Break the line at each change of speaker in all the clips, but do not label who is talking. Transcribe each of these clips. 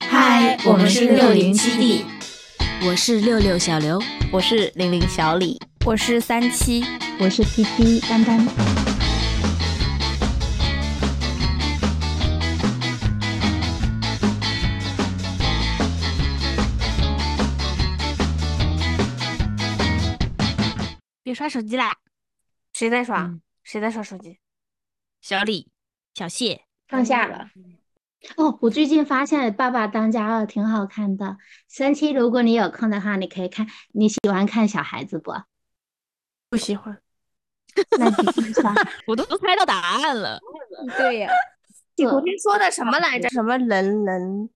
嗨，我们是六零基地，
我是六六小刘，
我是零零小李，
我是三七，
我是 T T 丹丹。
别刷手机啦！
谁在刷？
嗯
谁在刷手机？
小李、小谢，
上下
嗯
了。哦，我最近发现《爸爸当家二》挺好看的。三七，如果你有空的话，你可以看。你喜欢看小孩子不？
不喜欢。
那你看一下
我都猜到答
嗯
案了。
对呀、你昨天说的什么来哎着？什么人人？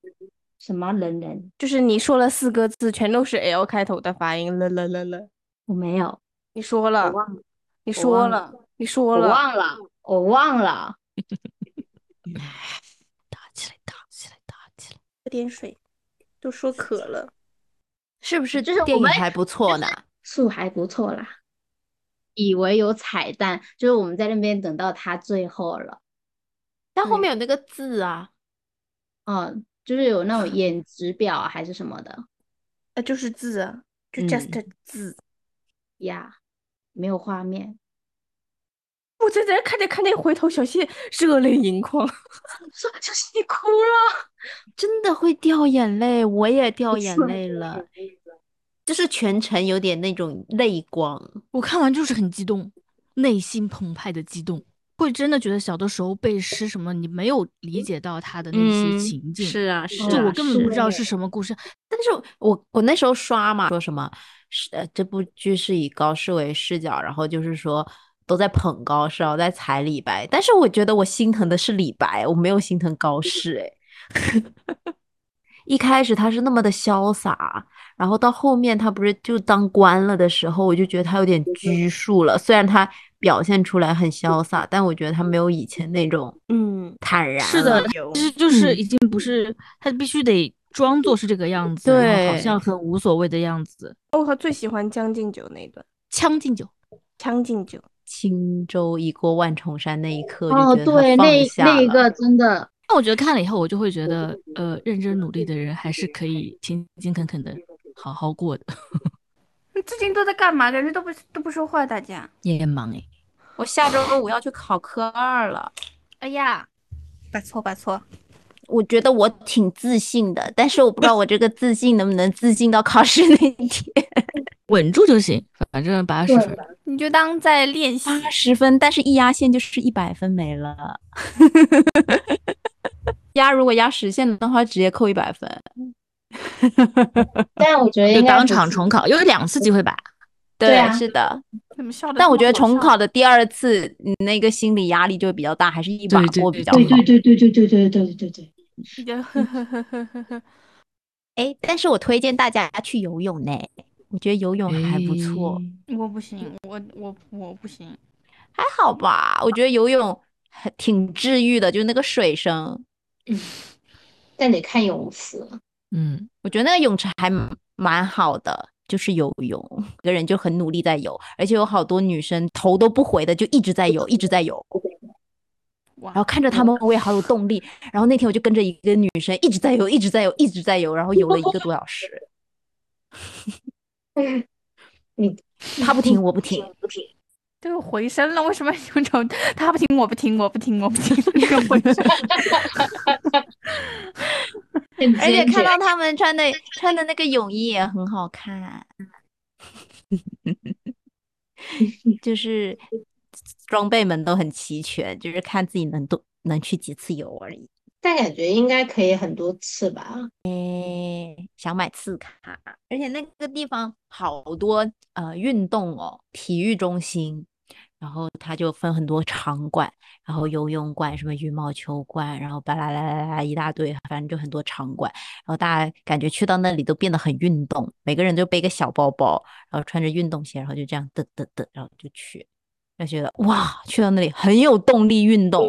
什么人人？
就是你说了四个字，全都是 L 开头的发音，了了了了。
我没有，
你说了，
忘了，
你
我
说
忘
了，你
我
说了，
忘了，我忘了。
打起来，打起来，打起来！
喝点水，都说渴了。
是不是？
就是我
电影
们
还不错呢。
数还不错啦，以为有彩蛋，就是我们在那边等到他最后了。
但
嗯
后面有那个字啊，
嗯，就是有那 种演职表啊还是什么的
呃，就是字啊，就
嗯
just 字。
呀，没有画面。
我在这看着看着，回头小谢热泪盈 眶。
说就是你哭了，
真的会掉眼泪，我也掉眼
是
泪了，就是全程有点那种泪光。
我看完就是很激动，内心澎湃的激动，会真的觉得小的时候背诗什么，你没有理解到他的那些
嗯
情境，
是啊，是
就
啊
我根本不知道
是
是什么故事。
但是我我那时候刷嘛，说什么是呃这部剧是以高适为视角，然后就是说都在捧高适，然后在踩李白。但是我觉得我心疼的是李白，我没有心疼高适。哎， 一开始他是那么的潇洒，然后到后面他不是就当官了的时候，我就觉得他有点拘束了。虽然他表现出来很潇洒，但我觉得他没有以前那种
嗯，
坦然
是的
了，
其实就是
嗯
已经不是，他必须得装作是这个样子，然后好
对
像很无所谓的样子。
哦，他最喜欢《将进酒》那一段，
将进酒，
《将进酒》
轻舟已过万重山那一刻，我
哦，
就觉得他
对，
放
那
下
那一
了
个 真的，
那我觉得看了以后，我就会觉得，
嗯
呃，认真努力的人还是可以勤勤恳恳的好好过的。
你最近都在干嘛？感觉都不都不说话，大家。
也忙
欸
哎，
哦我下周五要去考科二了，
哎呀，不错不错，
我觉得我挺自信的，但是我不知道我这个自信能不能自信到考试那 一天。
稳住就行，反正八十
对
分。
你就当在练
啊
习。
八十分，但是一压线就是一百分没了。 压如果压实线的话，直接扣一百分。
但我觉得
就
应该
当
不
场
是
重考，有两次机会吧。
对啊
是的。
怎么笑的？
但我觉得重考的第二次，你那个心理压力就会比较大，还是一把
对对
握
对
比较好。
对
对对对对对对对对对对，
你就呵呵呵呵呵 呵。
哎，但是我推荐大家去游泳呢，我觉得游泳还不错。
哎
我不行，我我我不行。
还好吧，我觉得游泳还挺治愈的，就是那个水声，
但得看泳池。
嗯，
我觉得那个泳池还蛮蛮好的，就是游泳，一个人就很努力在游，而且有好多女生头都不回的就一直在游，一直在游，
哇
然后看着她们我也好有动力。然后那天我就跟着一个女生一直在游，一直在游，一直在游，然后游了一个多小时，
你
她不停，我不停。
不停，
都有回声了，为什么有种他不听我不听我不听我不听 那个回声？
很
而且
坚
看
决
到她们穿的穿的那个泳衣也很好看， 就是装备们都很齐全，就是看自己能多能去几次游而已。
但感觉应该可以很多次吧。
诶，想买次卡，而且那个地方好多呃运动哦，体育中心，然后它就分很多场馆，然后游泳馆、什么羽毛球馆，然后巴拉啦啦啦一大堆，反正就很多场馆。然后大家感觉去到那里都变得很运动，每个人就背个小包包，然后穿着运动鞋，然后就这样嘚嘚嘚，然后就去，就觉得哇，去到那里很有动力运动。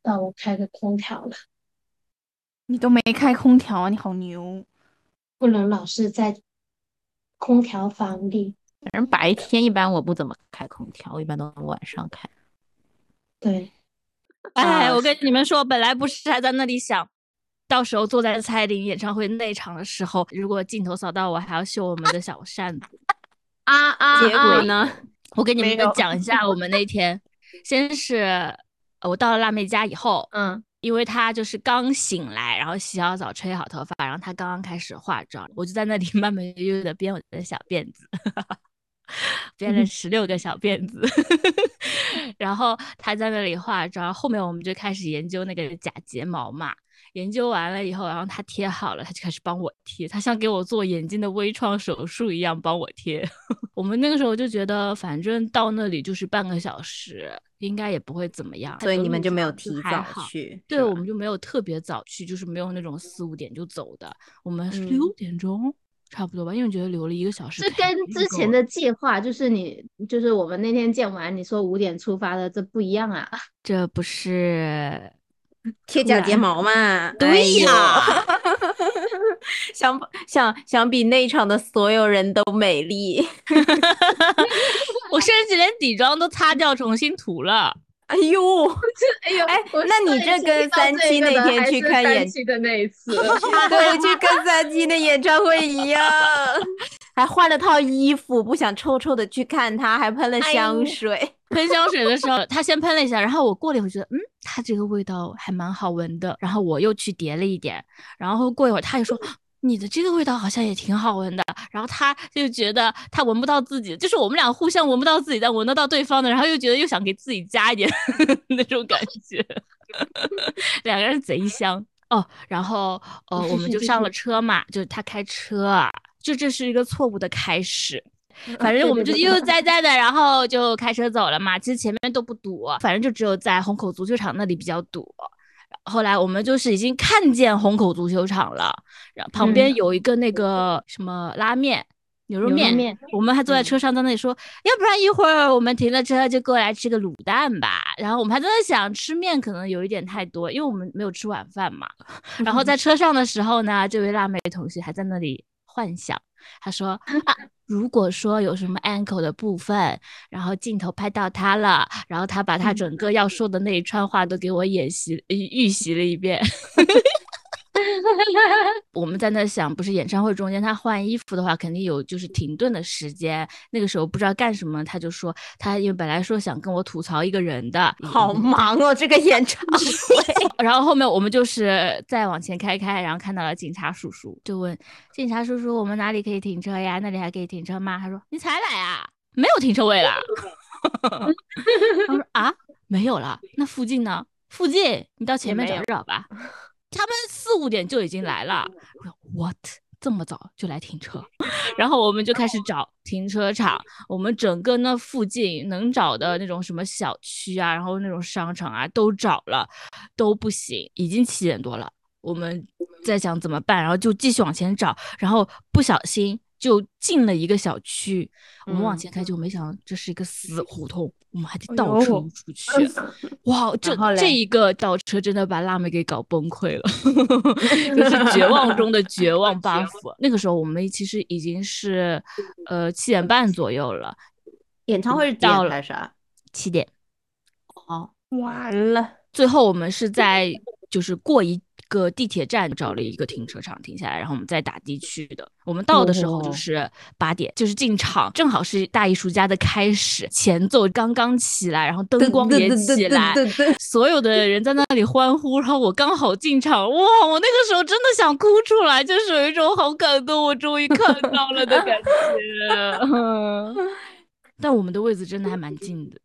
让我开个空调了，
你都没开空调，你好牛！
不能老是在空调房里。
反正白天一般我不怎么开空调，我一般都晚上开。
对，啊
哎，我跟你们说，本来不是还在那里想，到时候坐在蔡依林演唱会内场的时候，如果镜头扫到我，还要秀我们的小扇子。
啊啊！
结
啊
果？呢？
我给你
没
们
有
讲一下，我们那天先是呃我到了辣妹家以后，
嗯，
因为她就是刚醒来，然后洗好澡、吹好头发，然后她刚刚开始化妆，我就在那里 慢慢悠悠的编我的小辫子，编了十六个小辫子， 然后她在那里化妆，后面我们就开始研究那个假睫毛嘛。研究完了以后，然后她贴好了，她就开始帮我贴，她像给我做眼睛的微创手术一样帮我贴。 我们那个时候就觉得，反正到那里就是半个小时，应该也不会怎么
啊
样，
所以
走
你们
路
就没有
上
提
还
早
好
去，
对，
是
我
吧
们就没有特别早去，就是没有那种四五点就走的，我们是
嗯
六点钟、差不多吧，因为觉得留了一个小时
这
肯
跟
定
之
够
前
了
的计划，就是你，就是我们那天见完，你说五点出发的，这不一样啊。
这不是
贴
突
假睫
然
毛嘛？
对
哎呦
呀
相相相比内场的所有人都美丽。
我甚至连底妆都擦掉重新涂了。
哎呦，
哎呦，
哎
我
那你
上一
这
次
跟
听到
三七那
这个的
天
还
去
是
看
三
演
七的那一 次，
对，就跟三七的演唱会一 样，还换了套衣服，不想臭臭的去看他，还喷了
哎
香
呦
水。
喷香水的时候，他先喷了一下，然后我过了一会儿觉得，嗯，他这个味道还蛮好闻的，然后我又去叠了一点，然后过一会儿他又说。你的这个味道好像也挺好闻的，然后他就觉得他闻不到自己，就是我们俩互相闻不到自己，但闻得到对方的，然后又觉得又想给自己加一点 那种感觉，两个人贼香哦。然后 呃，我们就上了车嘛，就是他开车啊，就这是一个错误的开始，反正我们就悠悠哉哉的，然后就开车走了嘛。其实前面都不堵，反正就只有在虹口足球场那里比较堵。后来我们就是已经看见虹口足球场了，然后旁边有一个那个什么拉面。嗯牛肉
牛肉
面，
面
我们还坐在
嗯
车上在那里说，要不然一会儿我们停了车就过来吃个卤蛋吧。然后我们还在那想吃面可能有一点太多，因为我们没有吃晚饭嘛。然后在车上的时候呢，这位辣妹同学还在那里幻想，她说啊，如果说有什么 ankle 的部分，然后镜头拍到她了，然后她把她整个要说的那一串话都给我演习呃预习了一遍。我们在那想，不是演唱会中间她换衣服的话，肯定有就是停顿的时间。那个时候不知道干什么，她就说她因为本来说想跟我吐槽一个人的，
好忙哦，这个演唱会。
然后后面我们就是再往前开开，然后看到了警察叔叔，就问警察叔叔：“我们哪里可以停车呀？那里还可以停车吗？”他说：“你才来啊，没有停车位啦。” 他说：“啊，没有了，那附近呢？附近你到前面找找吧。”他们四五点就已经来了。我说：“What？” 这么早就来停车， 然后我们就开始找停车场。我们整个那附近能找的那种什么小区啊，然后那种商场啊都找了，都不行，已经七点多了，我们在想怎么办，然后就继续往前找，然后不小心就进了一个小区，我们往
嗯
前开就没想到这是一个死胡同，我们还得
哎
倒车
呦
出去，嗯哇，这
后嘞
这一个倒车真的把辣妹给搞崩溃了， 就是绝望中的 绝望 buff。那个时候我们其实已经是呃七点半左右了，
演唱会是
到了
还是啥？
七点。
哦，
完了，
最后我们是在就是过一个地铁站找了一个停车场停下来，然后我们再打的去的。我们到的时候就
哦
是八点，就是进场，正好是大艺术家的开始，前奏刚刚起来，然后灯光也起来。
对对，
所有的人在那里欢呼，然后我刚好进场，哇！我那个时候真的想哭出来，就是有一种好感动，我终于看到了的感觉。 嗯但我们的位置真的还蛮近的，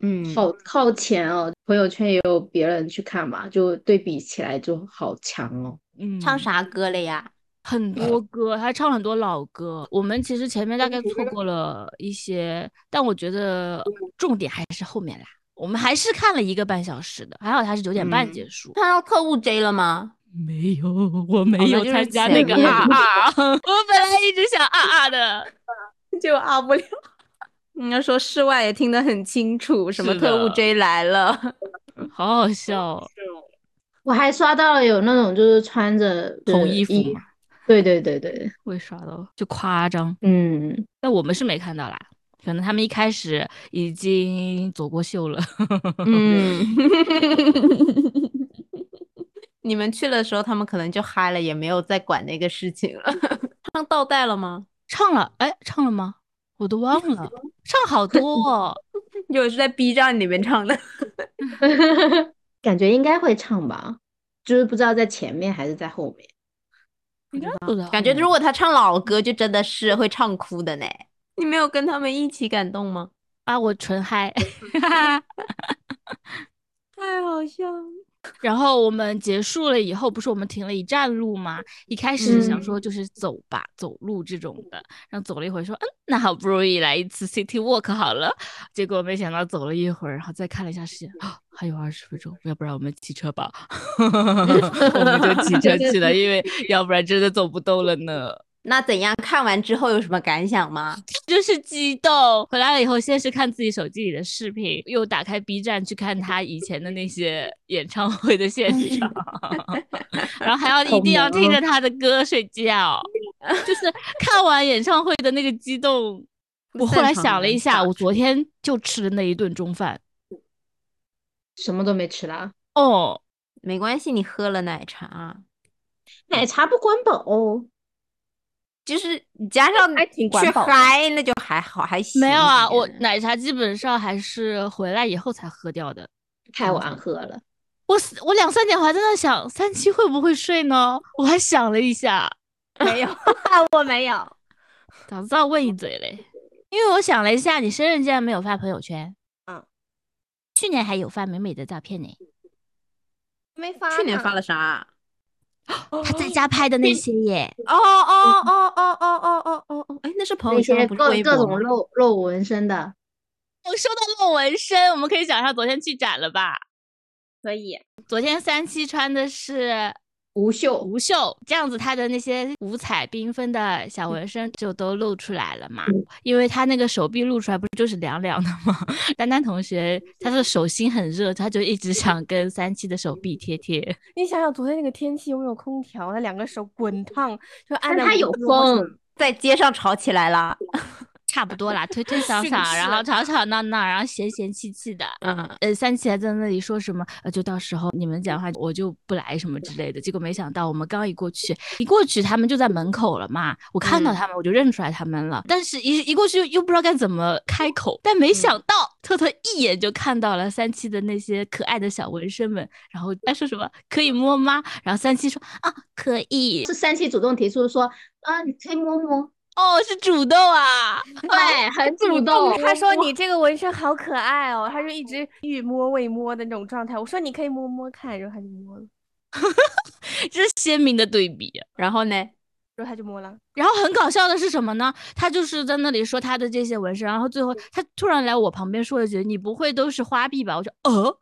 嗯，
好靠前哦。朋友圈也有别人去看嘛，就对比起来就好强哦。
嗯，
唱啥歌了呀？
很多歌，他唱了很多老歌。我们其实前面大概错过了一些，但我觉得重点还是后面啦。我们还是看了一个半小时的，还好它是九点半
嗯
结束。
看到特务 J 了吗？
没有，我没
们
有
就是
参加那
前
个
面
啊啊，我本来一直想啊啊的。
就啊 不了。人家说室外也听得很清楚，什么
是
特务
的
J 来了，
好好笑哦，
我还刷到了有那种就是穿着
红衣服
衣
嘛，
对对对对，
会刷到就夸张。
嗯，
但我们是没看到啦，可能他们一开始已经走过秀了。
嗯， 你们去的时候，他们可能就嗨了，也没有再管那个事情了。唱倒带了吗？
唱了，哎，唱了吗？我都忘了，唱好多、哦。
有是在 B 站里面唱的。
感觉应该会唱吧，就是不知道在前面还是在后面。
应该不知道
感觉如果他唱老歌，就真的是会唱哭的呢。你没有跟他们一起感动吗？
啊，我纯嗨，
太好笑了。
然后我们结束了以后，不是我们停了一站路吗？一开始想说就是走吧，走路这种的。然后走了一会儿，说嗯，那好不容易来一次 city walk 好了。结果没想到走了一会儿，然后再看了一下时间，啊还有二十分钟，要不然我们骑车吧。 我们就骑车去了，因为要不然真的走不动了呢。
那怎样？看完之后有什么感想吗？
就是激动。回来了以后，先是看自己手机里的视频，又打开 B 站去看他以前的那些演唱会的现场， 然后还要一定要听着他的歌睡觉。就是看完演唱会的那个激动，我后来想了一下，我昨天就吃了那一顿中饭。
什么都没吃啦，
哦，
没关系，你喝了奶茶，啊
奶茶不管饱。
就是加上
还挺
去
管饱的
嗨，那就还好，还行。
没有啊，我奶茶基本上还是回来以后才喝掉的。
太晚喝了，
我四我两三点我还在那想三七会不会睡呢？我还想了一下，
没有，我没有。
早知道问一嘴嘞，因为我想了一下，你生日竟然没有发朋友圈，
嗯，
去年还有发美美的照片呢，
没 发
去年
呢
发了啥？啊
她在家拍的那些 耶，
哦哦哦哦哦哦哦哦哦！哎，那是朋
那
友圈
些
不
各
是微
各
博
种
吗？
露露纹身的，
我说到论纹身，我们可以讲一下昨天去展了吧？
可以，
昨天三七穿的是
无袖
无袖，这样子它的那些五彩缤纷的小纹身就都露出来了嘛。因为他那个手臂露出来不就是凉凉的吗？ 丹丹同学他的手心很热，他就一直想跟三七的手臂贴贴。
你想想昨天那个天气，又没有空调，那两个手滚烫，就按
但
照
它
我
有
的逻辑
风，
在街上吵起来了。
差不多啦，推推搡搡，
是的是
然
的
后吵吵闹闹，然后嫌嫌气气的。
嗯，
呃，三七还在那里说什么，呃，就到时候你们讲话，我就不来什么之类的。结果没想到，我们刚一过去，一过去他们就在门口了嘛。我看到
嗯
他们，我就认出来他们了，但是一一过去又又不知道该怎么开口。但
嗯
没想到，特特一眼就看到了三七的那些可爱的小纹身们，然后他说什么可以摸吗？然后三七说啊，可以。
是三七主动提出说，啊，你可以摸摸，
哦，是主动啊，
对，很主动。
他说你这个纹身好可爱哦，他就一直欲摸未摸的那种状态。我说你可以摸摸看，然后他就摸了，
这是鲜明的对比。
然后呢？
然后他就摸了。
然后很搞笑的是什么呢？他就是在那里说他的这些纹身，然后最后他突然来我旁边说了一句：“你不会都是花臂吧？”我说：“呃，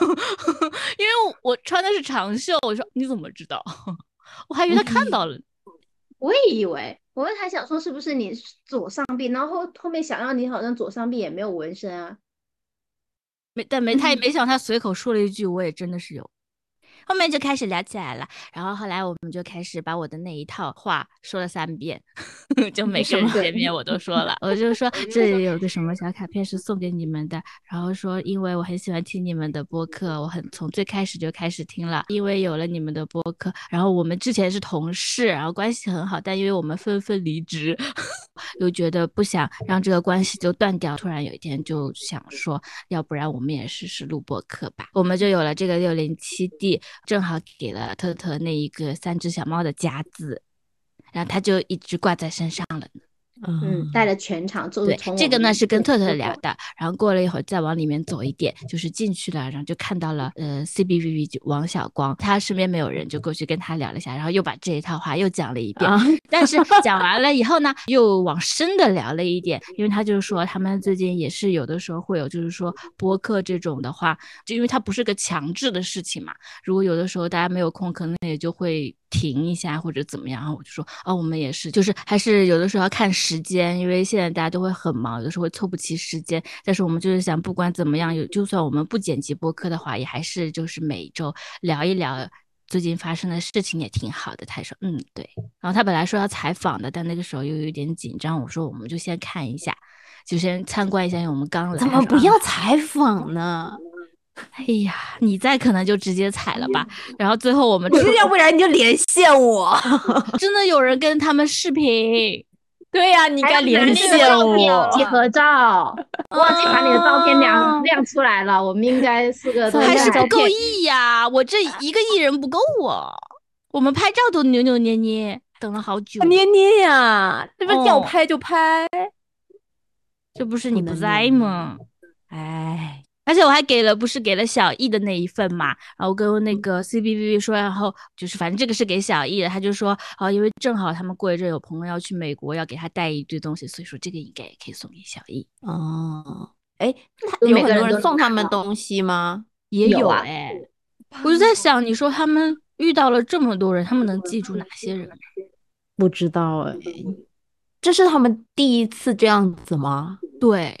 因为我我穿的是长袖。”我说：“你怎么知道？”我还以为他看到了。
我也以为，我问他想说是不是你左上臂，然后后面想让你好像左上臂也没有纹身啊，
没，但没他也没想，他随口说了一句，我也真的是有。后面就开始聊起来了，然后后来我们就开始把我的那一套话说了三遍， 就每个人见面我都说 了，我就说这里有个什么小卡片是送给你们的，然后说因为我很喜欢听你们的播客，我很从最开始就开始听了，因为有了你们的播客，然后我们之前是同事，然后关系很好，但因为我们纷纷离职， 又觉得不想让这个关系就断掉，突然有一天就想说要不然我们也试试录播课吧。我们就有了这个六零七 D，正好给了特特那一个三只小猫的夹子，然后它就一直挂在身上了。
嗯，带了全场，就
对
是从，
这
我
个
们
呢是跟
这
特特
这
聊
个
的，然后过了一会儿再往里面走一点，就是进去了，然后就看到了呃 CBVV 王小光，他身边没有人，就过去跟他聊了一下，然后又把这一套话又讲了一遍。
啊，
但是讲完了以后呢，又往深的聊了一点，因为他就是说他们最近也是有的时候会有，就是说播客这种的话，就因为它不是个强制的事情嘛，如果有的时候大家没有空，可能也就会停一下或者怎么样。然后我就说，哦，我们也是，就是还是有的时候要看时间，因为现在大家都会很忙，有的时候会凑不齐时间。但是我们就是想，不管怎么样，有就算我们不剪辑播客的话，也还是就是每周聊一聊。最近发生的事情也挺好的，他说，嗯，对。然后他本来说要采访的，但那个时候又有点紧张，我说我们就先看一下，就先参观一下，因为我们刚来。
怎
他
么
说
不
啊
要采访呢？
哎呀，你在可能就直接踩了 吧。然后最后我们
你要不然你就连线我。
真的有人跟他们视频，
对呀、你
还
该
要拿
连
那个
线
照片
我。
集合照，忘记把你的照片
哦
亮亮出来了。我们应该四个都
还
亮
是
照
不够
片
亿呀、我这一个亿人不够我，我们拍照都扭扭捏捏，等了好久。
捏捏呀，这不是要
哦
拍就拍。
这不是
不
你不
能
在
捏
吗？
嗯
哎，
而且我还给了，不是给了小易的那一份嘛，然后跟
嗯
那个 C B B B 说，然后就是反正这个是给小易的，他就说，哦，因为正好他们过一阵有朋友要去美国，要给他带一堆东西，所以说这个应该也可以送给小易。
哦，哎，
就
他有
每个
很多
人都
人送
拿
他们
到
东西吗？
也
有
有
啊
哎、我就在想，你说他们遇到了这么多人，他们能记
嗯
住哪些人？
不知道哎，这是他们第一次这样子吗？
对，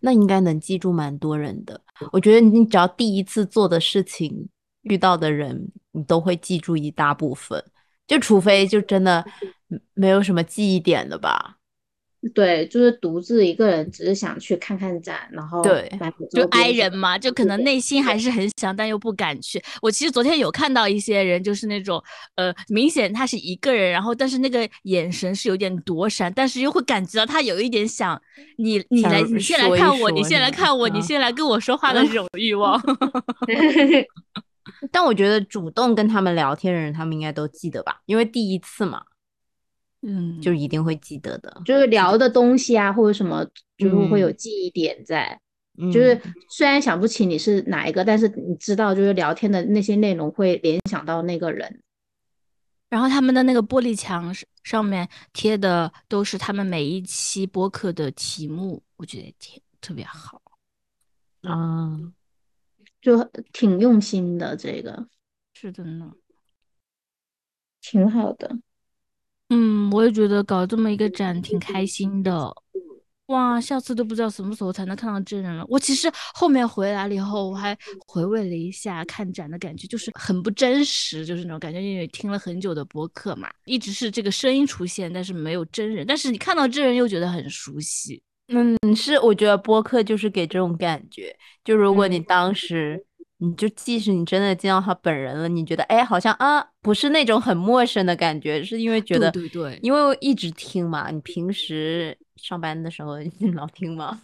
那应该能记住蛮多人的。我觉得你只要第一次做的事情，遇到的人，你都会记住一大部分。就除非就真的嗯没有什么记忆点的吧。
对，就是独自一个人，只是想去看看展，然后
对
买买
就
周边
哀人嘛，就可能内心还是很想，但又不敢去。我其实昨天有看到一些人，就是那种呃，明显他是一个人，然后但是那个眼神是有点躲闪，但是又会感觉到他有一点想你，你
想
来，你先来
说一
看我，
说
你先来
那
看我，
种
你
啊
先来跟我说话的这种欲望。
但我觉得主动跟他们聊天的人，他们应该都记得吧，因为第一次嘛，
嗯，
就一定会记得的。
就是聊的东西啊，或者什么，就是会有
嗯
记忆点在。
嗯
就是虽然想不起你是哪一个，但是你知道，就是聊天的那些内容会联想到那个人。
然后他们的那个玻璃墙是上面贴的都是他们每一期播客的题目，我觉得挺特别好。
啊，
嗯
就挺用心的，这个
是的呢。
挺好的。
嗯，我也觉得搞这么一个展挺开心的。哇，下次都不知道什么时候才能看到真人了。我其实后面回来了以后，我还回味了一下看展的感觉，就是很不真实，就是那种感觉，因为听了很久的播客嘛，一直是这个声音出现，但是没有真人，但是你看到真人又觉得很熟悉。
嗯，是，我觉得播客就是给这种感觉。就如果你
嗯
当时，你就即使你真的见到他本人了，你觉得哎，好像啊，不是那种很陌生的感觉，是因为觉
对
得，
对对
因为我一直听嘛，你平时上班的时候老听嘛，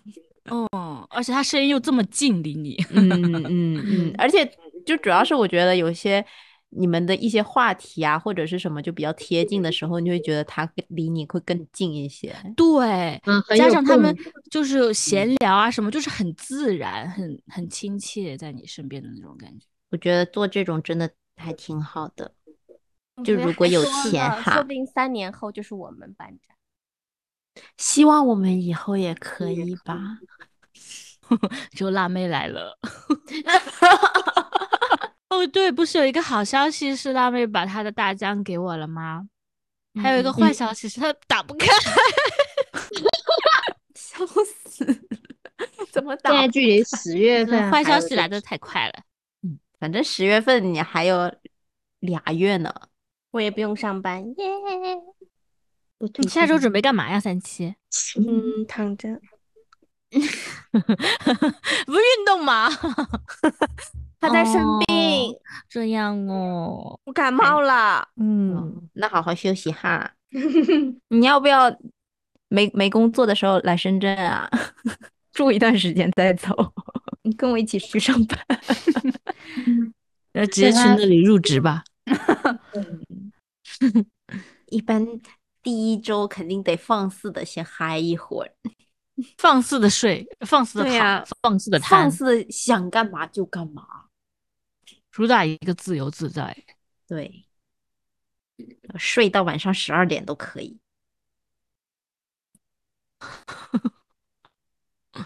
嗯，而且他声音又这么近离你。
嗯嗯嗯，而且就主要是我觉得有些你们的一些话题啊，或者是什么就比较贴近的时候，你会觉得他跟离你会更近一些。
对，
嗯，很
加
有
上他
共
们
鸣嗯
就是闲聊啊什么，就是很自然、很很亲切，在你身边的那种感觉。
我觉得做这种真的还挺好的。
我
就
觉得
如果
还
有
说呢
钱哈
说不定三年后就是我们办 展。
希望我们以后也可以吧。
就辣妹来 了。哦，对，不是有一个好消息是辣妹把她的大疆给我了吗？还
嗯
有一个坏消息是她打不开。
笑死，怎么打
现？在距离十 月
坏
份还有
消息
一
来的太快了。
反正十月份你还有俩月呢。
我也不用上班，耶！
不
你
对
下周准备干嘛呀？三七
嗯，躺着。
不运动 吗？
他在生病，
哦这样哦，
我感冒了。
嗯，那好好休息哈。你要不要没没工作的时候来深圳啊？ 住一段时间再走。你跟我一起去上班。 啊
那呃直
接去那
里入职吧。
一般第一周肯定得放肆的先嗨一会儿，
放肆的睡，放肆的
对
躺，
呀
放肆的
放
贪，
肆地想干嘛就干嘛。
主打一个自由自在。
对，呃睡到晚上十二点都可以。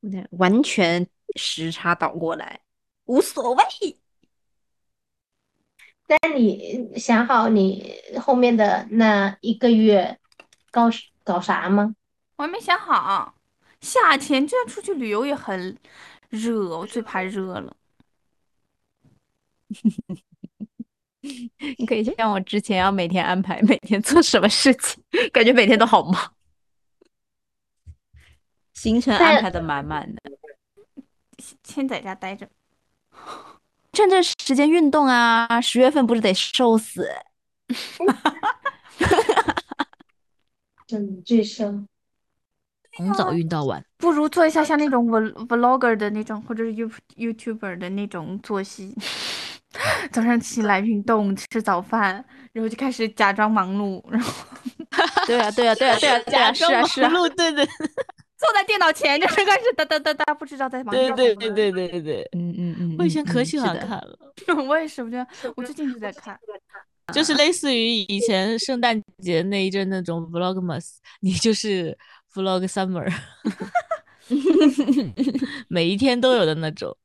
有点完全时差倒过来，无所谓。
但你想好你后面的那一个月搞搞啥吗？
我还没想好，夏天这样出去旅游也很热，我最怕热了。
你可以像我之前要每天安排每天做什么事情，感觉每天都好忙，行程安
但
排的满满的。
先在家待着。
趁这时间运动啊！十月份不是得瘦死？
整最深。
从早运到晚，
不如做一下像那种 vlog- vlogger 的那种，或者是 you youtuber 的那种作息。 早上起来运动，吃早饭，然后就开始假装忙碌，然后
对啊，对啊，对啊， 对啊，对啊，是啊，是 啊，
对对
坐在电脑前就是开始哒哒哒哒，不知道在 忙
对
什
对
么
对对对对对。
嗯嗯嗯，
我以前可
嗯
喜
是
欢
的
看了，
我也是，我觉得我最近就在看，
就是类似于以前圣诞节那一阵那种 Vlogmas，你 就是 Vlog Summer，每一天都有的那种。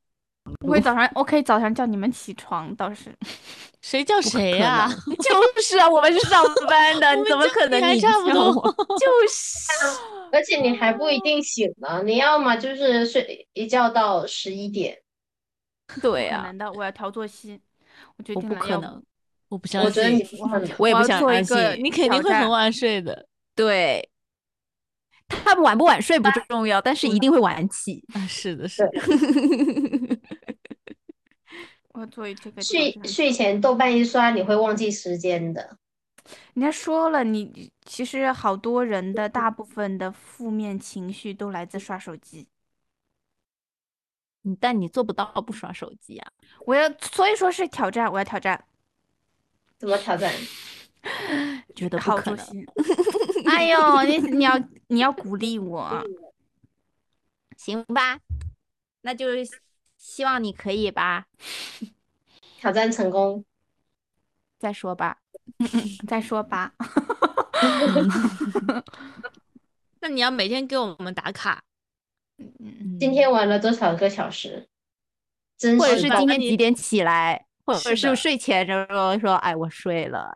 我会早上 OK，早上叫你们起床倒是。
谁叫谁呀、
就是啊，我们是上班 的，你怎么可能
还
你
差不
叫
多
我
而且你还不一定醒呢，你要么就是睡一觉到十一点，
对
可
啊，
能的，我要调作息。我决
我
定
不
了
可
要
能，
我不
我
相
觉得你
信，
不可能。
我也
我
不
要
想
做一
相信
个。
你肯定
挑
会很
战
晚睡的。
对，他晚不晚睡不重要，但是一定会晚起。
啊，是 的，是的。
我要做这个挑
睡
战
睡前豆瓣一刷，你会忘记时间的。
人家说了你，其实好多人的大部分的负面情绪都来自刷手机。
嗯但你做不到不刷手机啊！
我要，所以说是挑战，我要挑战
怎么挑战？
觉得不
好
可
作
能
息。哎呦，你你要你要鼓励我，
行吧，那就是希望你可以吧，
挑战成功。
再说吧。
再说吧。
那你要每天给我们打卡，
嗯
今天玩了多少个小时？真
或者
实
是
报
今
告
天几点起来，或者
是的
是睡前然后说哎我睡了，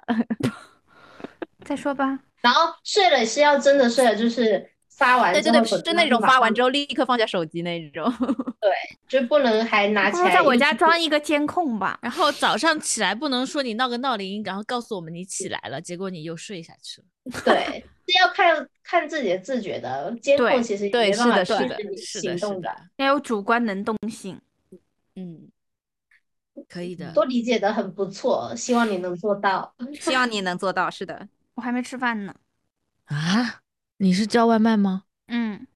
再说吧，
然后睡了是要真的睡了，就是发完
对
之
对
后
对，
手机
是那种
马上
发完之后立刻放下手机那种。
就不能还拿
不
起
如
来。
啊在我家装一个监控吧。
然后早上起来不能说你闹个闹铃，然后告诉我们你起来了，结果你又睡下去了。
对，是要看看自己的自觉的。监
对
控其实也
对
没
是
办法
的是
控
的
制你
是的，
行动
是
的，
的，
要有主观能动性。
嗯，
可以的。
都理解的很不错，希望你能做到。
希望你能做到。是的，
我还没吃饭呢，
啊，你是叫外卖吗？
嗯，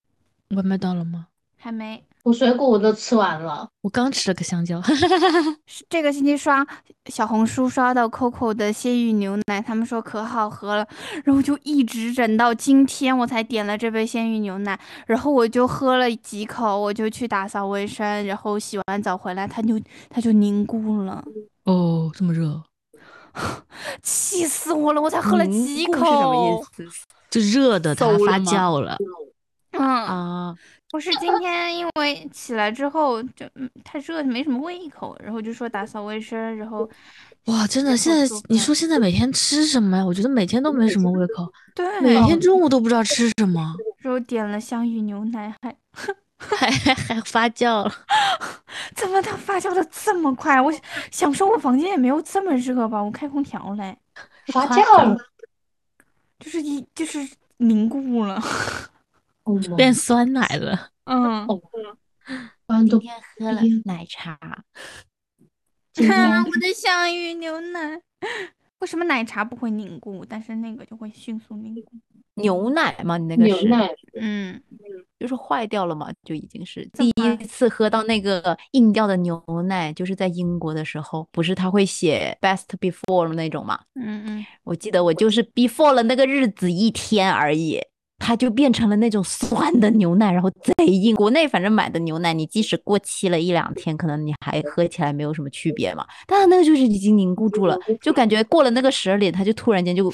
外卖到了吗？
还没。
我水果我都吃完了，
我刚吃了个香蕉。
是这个星期刷小红书刷到 Coco 的鲜芋牛奶，他们说可好喝了，然后就一直忍到今天我才点了这杯鲜芋牛奶，然后我就喝了几口，我就去打扫卫生，然后洗完澡回来，它就它就凝固了，
哦，这么热，
气死我了！我才喝了
凝
几
固
口，
是什么意思
就热的它
馊了
发
吗
酵了。
嗯，
啊？
不是今天因为起来之后就嗯太热，没什么胃口，然后就说打扫卫生，然后
哇，真的，
然后
现在
做
你
饭
说现在每天吃什么呀？我觉得每天都没什么胃口，
对，
每天中午都不知道吃什么，
然后点了香芋牛奶，还
还还 发酵了。
怎么它发酵的这么快？啊我想想说，我房间也没有这么热吧？我开空调嘞，
发酵了，
就是一就是凝固了。
嗯
变酸奶了，
嗯，
关
今
都
天喝了奶茶，
今天
我的香芋牛奶，为什么奶茶不会凝固，但是那个就会迅速凝固？
牛奶吗？你那个
牛
是
奶
嗯，
就是坏掉了嘛，就已经是第一次喝到那个硬掉的牛奶，就是在英国的时候，不是他会写 best before 那种嘛？
嗯嗯，
我记得我就是 before 了那个日子一天而已，它就变成了那种酸的牛奶，然后贼硬。国内反正买的牛奶，你即使过期了一两天，可能你还喝起来没有什么区别嘛。但它那个就是已经凝固住了，就感觉过了那个十二点，它就突然间就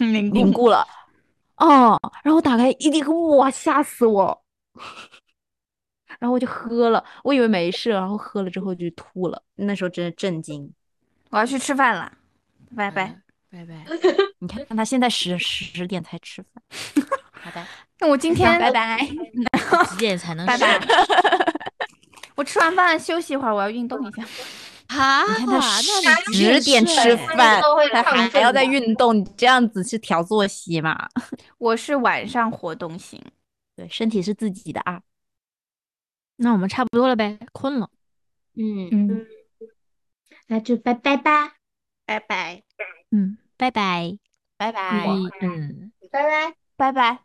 凝固
凝固了。哦，然后打开一滴，哇，吓死我！然后我就喝了，我以为没事，然后喝了之后就吐了。那时候真的震惊。
我要去吃饭了，拜拜。
嗯
拜拜。
你看他现在十十点才吃饭，好的，
那我今天
拜拜。
几点才能
拜
睡
拜。 我吃完饭休息一会儿，我要运动一下。
啊？
你看
哇那
他十
你
十点吃
睡
饭
都会，
他
亢
还要
奋
再
的
运动，你这样子是调作息嘛？
我是晚上活动型。
对，身体是自己的啊。
那我们差不多了呗，困了。
嗯，
嗯，那就拜拜吧，
拜拜。
嗯，拜拜。
拜拜。
嗯。
拜拜。
拜拜。